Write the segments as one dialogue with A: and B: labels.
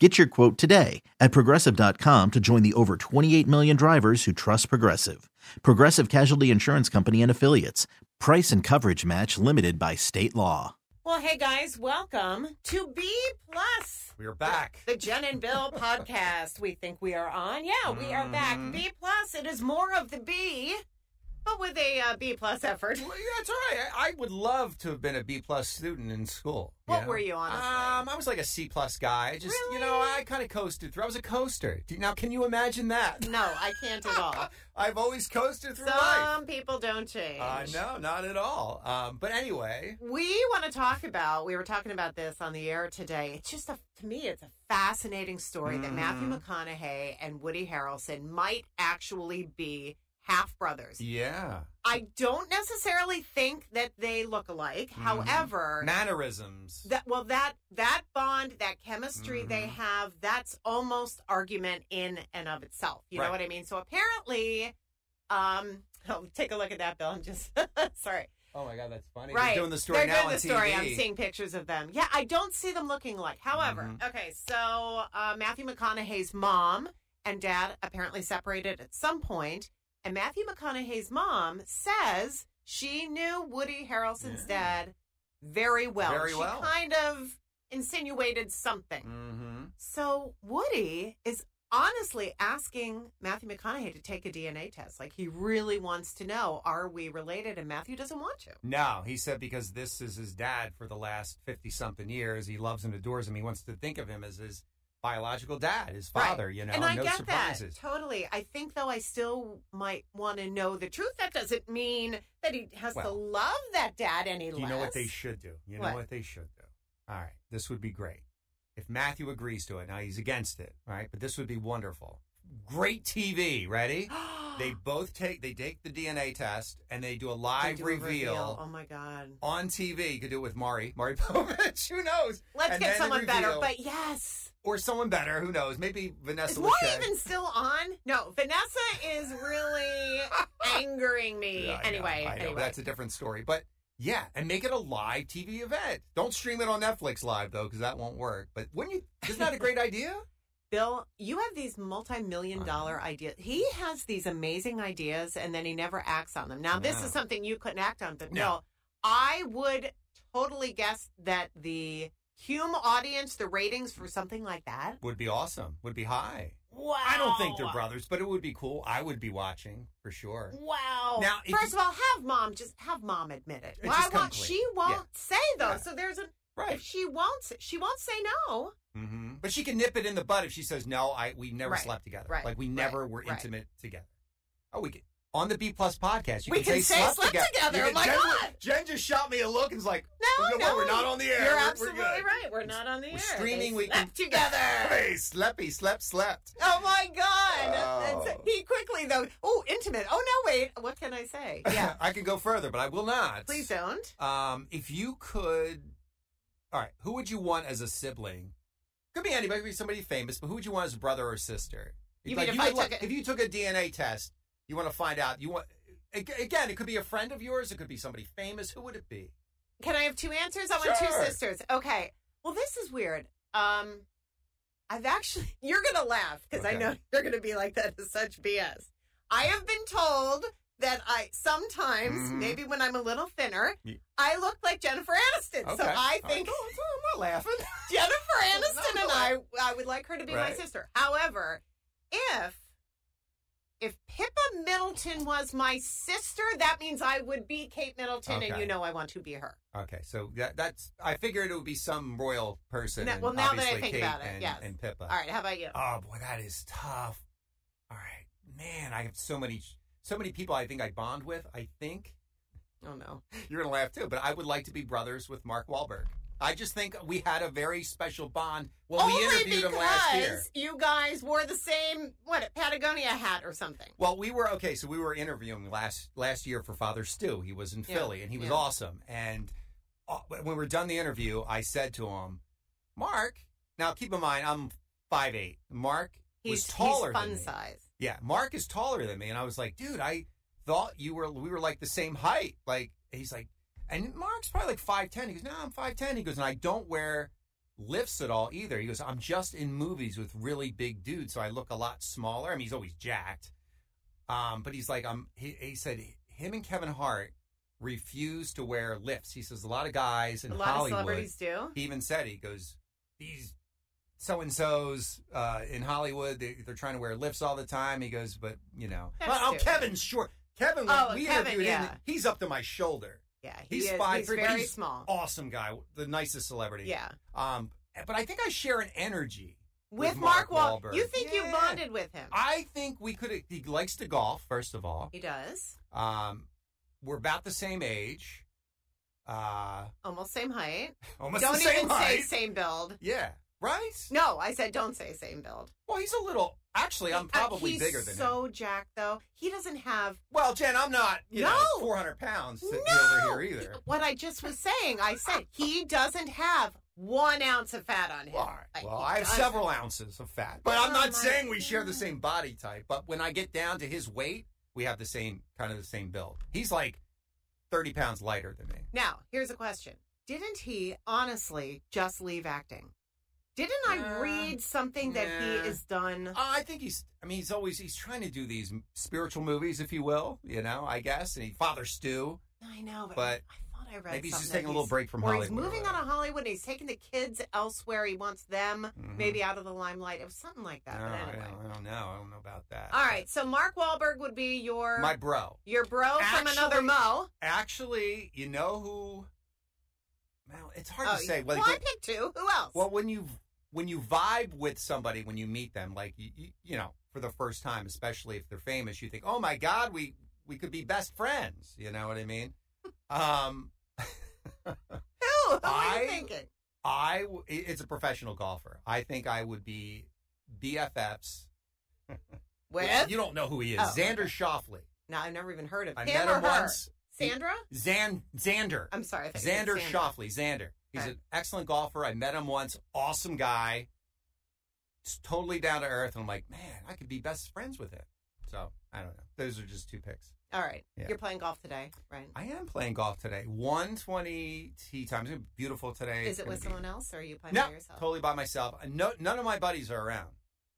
A: Get your quote today at progressive.com to join the over 28 million drivers who trust Progressive. Progressive Casualty Insurance Company and Affiliates. Price and coverage match limited by state law.
B: Well, hey guys, welcome to B Plus.
C: We are back.
B: The Jen and Bill podcast. We think we are on. Yeah, we are back. B Plus. It is more of the B, but with a uh, B Plus effort.
C: Well, yeah, it's all right. I, I would love to have been a B plus student in school.
B: What
C: know?
B: were you, honestly?
C: Um, I was like a C plus guy. I Just you know,
B: Really?
C: I kind of coasted through. I was a coaster. Do- Now, can you imagine that?
B: No, I can't at all.
C: I've always coasted through life.
B: Some people don't change.
C: Uh, no, not at all. Um, but anyway,
B: We want to talk about. We were talking about this on the air today. It's just a, to me, it's a fascinating story that Matthew McConaughey and Woody Harrelson might actually be half brothers.
C: yeah,
B: I don't necessarily think that they look alike. However,
C: mannerisms.
B: that well that that bond, that chemistry they have, that's almost argument in and of itself. You know
C: Right.
B: what I mean? So apparently, um, oh, take a look at that, Bill. I'm just sorry.
C: oh my god, that's funny.
B: right,
C: They're doing the story
B: They're
C: now
B: doing
C: on
B: the story.
C: TV.
B: I'm seeing pictures of them. Yeah, I don't see them looking alike. However,
C: Mm-hmm.
B: okay, so uh, Matthew McConaughey's mom and dad apparently separated at some point, and Matthew McConaughey's mom says she knew Woody Harrelson's dad very well.
C: Very
B: she
C: well.
B: kind of insinuated something.
C: Mm-hmm.
B: So Woody is honestly asking Matthew McConaughey to take a DNA test. Like he really wants to know, are we related? And Matthew doesn't want to.
C: No, he said because this is his dad for the last 50 something years. He loves and adores him. He wants to think of him as his biological dad, his
B: Right.
C: father, you know,
B: and I
C: no
B: get
C: surprises.
B: that totally. I think though I still might want to know the truth. That doesn't mean that he has to
C: Well,
B: love that dad any
C: You
B: less.
C: know what they should do? You
B: What?
C: know what they should do? All right. This would be great. If Matthew agrees to it, now he's against it, right? But this would be wonderful. Great TV. Ready? they both take they take the DNA test and they do a
B: They
C: live
B: do a
C: reveal,
B: Oh my god.
C: on TV. You could do it with Mari, Mari Povich. Who knows?
B: Let's get
C: And then the
B: someone better.
C: reveal.
B: But yes.
C: or someone better. Who knows? Maybe Vanessa.
B: Is Maury
C: Lachey.
B: even still on? No, Vanessa is really angering me.
C: Yeah, I know,
B: anyway,
C: I know,
B: anyway.
C: that's a different story. But yeah, and make it a live TV event. Don't stream it on Netflix live though, because that won't work. But wouldn't you? Isn't that a great idea?
B: Bill, you have these multi-million dollar ideas. He has these amazing ideas, and then he never acts on them. Now, this
C: No.
B: is something you couldn't act on, but
C: No.
B: no, I would totally guess that the Hume audience, the ratings for something like that.
C: Would be awesome. Would be high.
B: Wow! Mm.
C: I don't think they're brothers, but it would be cool. I would be watching for sure.
B: Wow!
C: Now, if
B: first
C: you-
B: of all, have mom just have mom admit it.
C: It's
B: Why
C: just
B: won't
C: complete.
B: she won't
C: Yeah.
B: say though?
C: Yeah.
B: So there's a
C: Right.
B: if she won't s- she won't say no.
C: hmm But she can nip it in the bud if she says no. I we never
B: Right,
C: slept together.
B: right,
C: Like we
B: right,
C: never were
B: right.
C: intimate together. Oh, we could. On the B plus podcast, you
B: We
C: can,
B: can say
C: slept
B: slept together. Oh
C: You can-
B: My
C: Jen,
B: God.
C: Jen just shot me a look and was like,
B: No,
C: you know
B: no,
C: what? We're not on the air.
B: You're
C: We're- we're
B: absolutely
C: good."
B: right. We're not on the
C: We're
B: air.
C: streaming.
B: They
C: we can
B: slept together.
C: Hey, sleepy, slept, slept.
B: Oh my God!
C: Oh.
B: That's- He quickly though. Oh, intimate. Oh no, wait. What can I say? Yeah,
C: I could go further, but I will not.
B: please don't.
C: Um, if you could, all right, who would you want as a sibling? Could be anybody, could be somebody famous, but who would you want as a brother or sister?
B: You
C: Like,
B: mean if I
C: would like-
B: took a-
C: if you took a DNA test, you want to find out. You want ag- again, it could be a friend of yours, it could be somebody famous. Who would it be?
B: Can I have two answers? I want two
C: Sure.
B: sisters. Okay. Well, this is weird. Um, I've actually. You're gonna laugh because I
C: Okay.
B: know you're gonna be like that is such BS. I have been told that I sometimes,
C: Mhm.
B: maybe when I'm a little thinner,
C: Ye-
B: I look like Jennifer Aniston. So
C: Okay.
B: I
C: All
B: think
C: right. No, I'm not laughing.
B: Jennifer Aniston
C: No,
B: and
C: no,
B: I, I would like her to be
C: Right.
B: my sister. However, if if Pippa Middleton was my sister, that means I would be Kate Middleton, and
C: Okay.
B: you know I want to be her.
C: Okay, so that, that's I figured it would be some royal person.
B: No,
C: and
B: well, now that I
C: obviously
B: think
C: Kate
B: about it,
C: and,
B: yes.
C: and Pippa.
B: All right, how about you?
C: Oh boy, that is tough. All right, man, I have so many, so many people I think I bond with. I think
B: Oh no,
C: you're gonna laugh too, but I would like to be brothers with Mark Wahlberg. I just think we had a very special bond when we
B: only
C: interviewed
B: because
C: him last year.
B: you guys wore the same what Patagonia hat or something.
C: Well, we were okay. So we were interviewing last last year for Father Stu. He was in
B: Yeah,
C: Philly, and he was
B: yeah.
C: awesome. And uh, when we were done the interview, I said to him, "Mark, now keep in mind, I'm five eight. Mark
B: He's
C: was taller
B: he's fun
C: than me.
B: size.
C: Yeah, Mark is taller than me, and I was like, dude, I thought you were we were like the same height. Like he's like, and Mark's probably like five ten. He goes, no, I'm five ten. He goes, and I don't wear lifts at all either. He goes, I'm just in movies with really big dudes, so I look a lot smaller. I mean, he's always jacked, um, but he's like, I'm. He, he said him and Kevin Hart refuse to wear lifts. He says a lot of guys in
B: A lot
C: Hollywood
B: of celebrities do.
C: he even said he goes these so and so's uh, in Hollywood they, they're trying to wear lifts all the time. He goes, but you know,
B: That's
C: well, oh,
B: stupid.
C: Kevin's short. Kevin, when
B: Oh,
C: we
B: Kevin,
C: interviewed him,
B: yeah.
C: he's up to my shoulder.
B: Yeah, he
C: He's
B: is.
C: five
B: he's
C: three, but
B: very
C: he's
B: small.
C: Awesome guy, the nicest celebrity.
B: Uh-huh. Yeah.
C: Um, but I think I share an energy
B: With, Mark, Wahlberg. You think you
C: Yeah.
B: bonded with him?
C: I think we could. He likes to golf, first of all.
B: he does.
C: Um, we're about the same age. Uh,
B: Almost same height.
C: almost
B: don't
C: the same
B: even
C: height.
B: say same build.
C: yeah. Right.
B: No, I said don't say same build.
C: Well, he's a little. Actually, I'm probably
B: Uh, he's
C: bigger than him.
B: so jacked though. He doesn't have
C: Well, Jen, I'm not. You know,
B: No!
C: 400 pounds sitting
B: no.
C: over here either.
B: What I just was saying, I said he doesn't have one ounce of fat on him.
C: Well, all right.
B: Like,
C: Well,
B: he
C: I have
B: doesn't.
C: several ounces of fat, but I'm
B: Oh,
C: not
B: my
C: saying we share the
B: goodness.
C: same body type. But when I get down to his weight, we have the same kind of the same build. He's like 30 pounds lighter than me.
B: Now, here's a question. Didn't he honestly just leave acting? Didn't
C: Uh,
B: I read something that
C: yeah.
B: he is done?
C: Uh, I think he's. I mean, he's always he's trying to do these spiritual movies, if you will. You know, I guess. And he Father Stew.
B: I know, but,
C: But
B: I, I thought I read.
C: maybe he's
B: something
C: just
B: that
C: taking a little break from
B: or He's
C: Hollywood or
B: moving out of Hollywood. and He's taking the kids elsewhere. He wants them
C: Mhm.
B: maybe out of the limelight. It was something like that.
C: No,
B: but
C: Oh, I
B: anyway,
C: don't- I don't know. I don't know about that.
B: all right. So Mark Wahlberg would be your
C: my bro.
B: your bro from another
C: Actually-
B: mo.
C: Actually, you know who? Well, it's hard
B: Oh,
C: to say.
B: Well,
C: Like,
B: I picked two. Who else?
C: well, when you when you vibe with somebody when you meet them, like you, you, you know, for the first time, especially if they're famous, you think, "Oh my God, we we could be best friends." You know what I mean? um,
B: who? Who are
C: I-
B: you thinking?
C: I w- it- it's a professional golfer. I think I would be BFFs.
B: With?
C: you don't know who he is,
B: Oh,
C: Xander
B: okay.
C: Shoffley.
B: no, I've never even heard of
C: I
B: him
C: met
B: or
C: him
B: her.
C: once.
B: Sandra?
C: Zan Xander.
B: I'm sorry. I thought you said
C: Xander
B: Sandra.
C: Shoffley. Xander. He's
B: Okay.
C: an excellent golfer. I met him once. Awesome guy. Just totally down to earth. And I'm like, man, I could be best friends with him. So I don't know. Those are just two picks.
B: All right.
C: Yeah.
B: You're playing golf today, right?
C: I am playing golf today. 120 tee times. It's beautiful today.
B: Is
C: It's
B: it
C: gonna
B: with
C: be-
B: someone else or are you playing
C: No,
B: by yourself?
C: totally by myself. No, none of my buddies are around.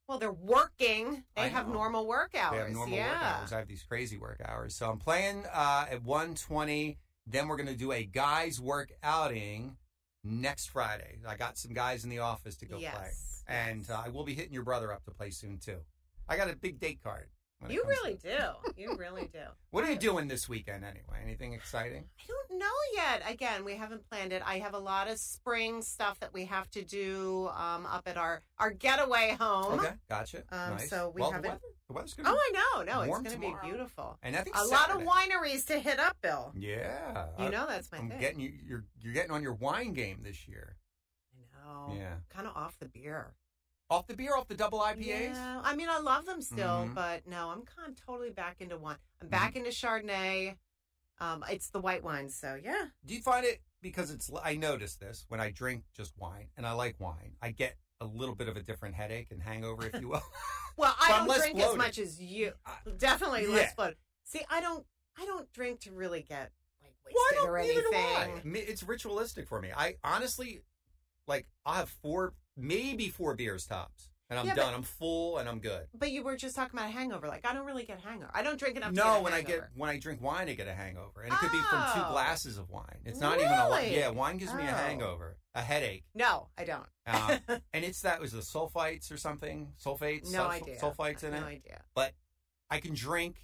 B: Well, they're working. They
C: I
B: have
C: know.
B: normal work hours.
C: They have normal
B: yeah.
C: work hours. I have these crazy work hours. So I'm playing uh, at 120. Then we're going to do a guys' work outing next Friday. I got some guys in the office to go play.
B: Yes,
C: And
B: yes.
C: uh, I will be hitting your brother up to play soon, too. I got a big date card. when it
B: You
C: comes
B: really
C: to-
B: do. You really do.
C: What are you doing this weekend, anyway? Anything exciting?
B: I don't know yet. Again, we haven't planned it. I have a lot of spring stuff that we have to do um, up at our, our getaway home.
C: Okay, gotcha.
B: Um,
C: nice.
B: so we
C: well,
B: haven't-
C: The, weather, the weather's going to
B: Oh, I know. No,
C: Warm
B: it's going to be
C: tomorrow.
B: beautiful.
C: And I think
B: A lot of
C: Saturday-
B: wineries to hit up, Bill.
C: Yeah.
B: You
C: I-
B: know that's my
C: I'm
B: thing.
C: getting you. You're you're getting on your wine game this year.
B: I know.
C: Yeah.
B: Kind of off the beer.
C: Off the beer, off the double IPAs.
B: Yeah, I mean, I love them still,
C: Mhm.
B: but no, I'm kind of totally back into one.
C: Mm-hmm.
B: I'm back into Chardonnay. Um, it's the white wine, so yeah.
C: Do you find it because it's? I noticed this when I drink just wine, and I like wine. I get a little bit of a different headache and hangover, if you will.
B: Well,
C: So
B: I
C: I'm
B: don't
C: less
B: drink as
C: bloated.
B: much as you.
C: I-
B: Definitely
C: Yeah.
B: less bloated. See, I don't, I don't drink to really get like wasted
C: Why
B: or
C: neither
B: anything.
C: do I. Me- It's ritualistic for me. I honestly, like, I have four, maybe four beers tops. and I'm
B: Yeah, but-
C: done. I'm full and I'm good.
B: But you were just talking about a hangover. Like I don't really get hangover. I don't drink enough. to
C: No,
B: get a
C: when I get
B: hangover.
C: when I drink wine, I get a hangover, and it could be from two
B: Oh.
C: glasses of wine. It's not even a lot.
B: Really?
C: Yeah, wine gives me a
B: Oh.
C: hangover, a headache,
B: No, I don't.
C: um, and it's that was the sulfites or something, sulfates,
B: no
C: sul-
B: idea.
C: sulfites in
B: no
C: it.
B: idea.
C: But I can drink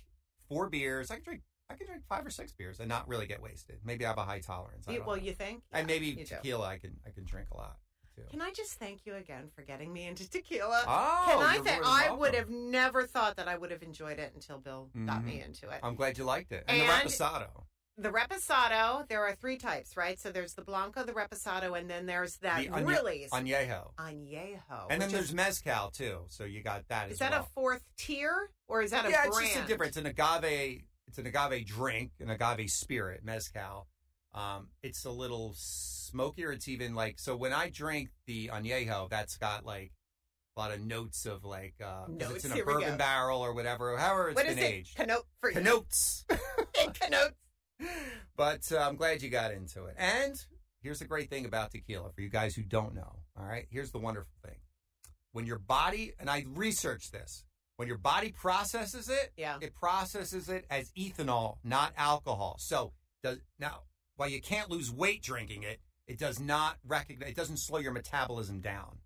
C: four beers. I can drink I can drink five or six beers and not really get wasted. Maybe I have a high tolerance. I
B: You-
C: don't
B: well,
C: know.
B: you think?
C: and
B: Yeah,
C: maybe
B: you do.
C: tequila. I can I can drink a lot too.
B: Can I just thank you again for getting me into tequila?
C: Oh,
B: Can I
C: you're
B: say
C: more than
B: I would
C: welcome.
B: have never thought that I would have enjoyed it until Bill got
C: Mhm.
B: me into it.
C: I'm glad you liked it. And,
B: And-
C: the reposado.
B: the reposado, there are three types, right? So there's the blanco, the reposado, and then there's that
C: the añe-
B: really
C: añejo.
B: añejo.
C: And then
B: which
C: there's
B: is,
C: mezcal too. So you got that
B: is
C: as
B: that
C: well.
B: a fourth tier or is that a
C: yeah,
B: brand?
C: it's just a difference. An agave, it's an agave drink, an agave spirit, mezcal. Um, it's a little smokier. It's even like so. When I drink the añejo, that's got like a lot of notes of like uh, 'cause
B: Notes,
C: it's in a
B: here we go.
C: bourbon barrel or whatever, however it's
B: What is
C: been
B: it?
C: aged.
B: Canote for you.
C: Notes.
B: Canote.
C: but uh, I'm glad you got into it. And here's the great thing about tequila for you guys who don't know. All right, here's the wonderful thing: when your body and I researched this, when your body processes it,
B: Yeah.
C: it processes it as ethanol, not alcohol. So does now while you can't lose weight drinking it, it does not recognize. It doesn't slow your metabolism down,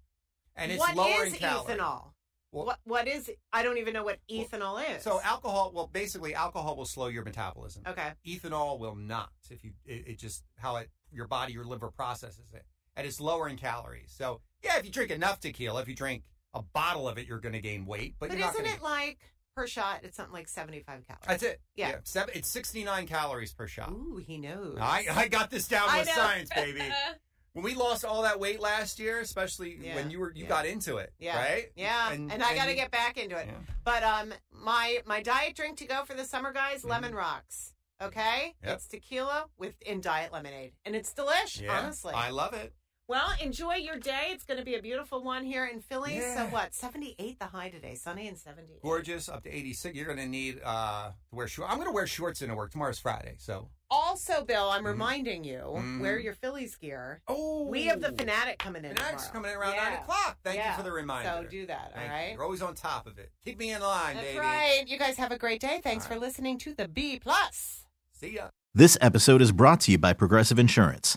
C: and it's
B: What
C: lower
B: is
C: in calorie.
B: ethanol?
C: Well-
B: what what is I don't even know what
C: Well,
B: ethanol is.
C: So alcohol, well, basically, alcohol will slow your metabolism.
B: Okay.
C: ethanol will not if you it, it just how it your body your liver processes it and it's lower in calories so yeah if you drink enough tequila if you drink a bottle of it you're going to gain weight but,
B: But,
C: you're not
B: isn't
C: gonna,
B: it like per shot it's something like 75 calories?
C: that's it
B: Yeah.
C: seven, it's 69 calories per shot
B: Ooh, he knows.
C: I, I got this down
B: I
C: with
B: know.
C: science baby when we lost all that weight last year especially
B: Yeah.
C: when you were you
B: Yeah.
C: got into it
B: yeah.
C: right
B: Yeah. And, I got to
C: you-
B: get back into it.
C: yeah.
B: But um my my diet drink to go for the summer guys, lemon rocks. Okay?
C: Mm-hmm. Yep.
B: It's tequila with in diet lemonade. And it's delish,
C: Yeah.
B: honestly.
C: i love it
B: Well, enjoy your day. It's going to be a beautiful one here in Philly. So
C: Yeah.
B: what? 78 the high today. Sunny and 78.
C: gorgeous up to 86 you're going to need uh to wear shorts i'm going to wear shorts into work tomorrow's friday so
B: Also, Bill, I'm
C: Mhm.
B: reminding you,
C: Mhm.
B: wear your Phillies gear.
C: oh
B: We have the fanatic coming in.
C: And that's
B: tomorrow.
C: coming in around
B: Yeah.
C: nine o'clock. Thank
B: Yeah.
C: you for the reminder.
B: So do that,
C: Thank
B: all
C: you.
B: right?
C: You're always on top of it. Keep me in line,
B: That's
C: baby.
B: right. You guys have a great day. Thanks
C: All
B: for
C: right.
B: listening to the B Plus.
C: See ya.
A: This episode is brought to you by Progressive Insurance.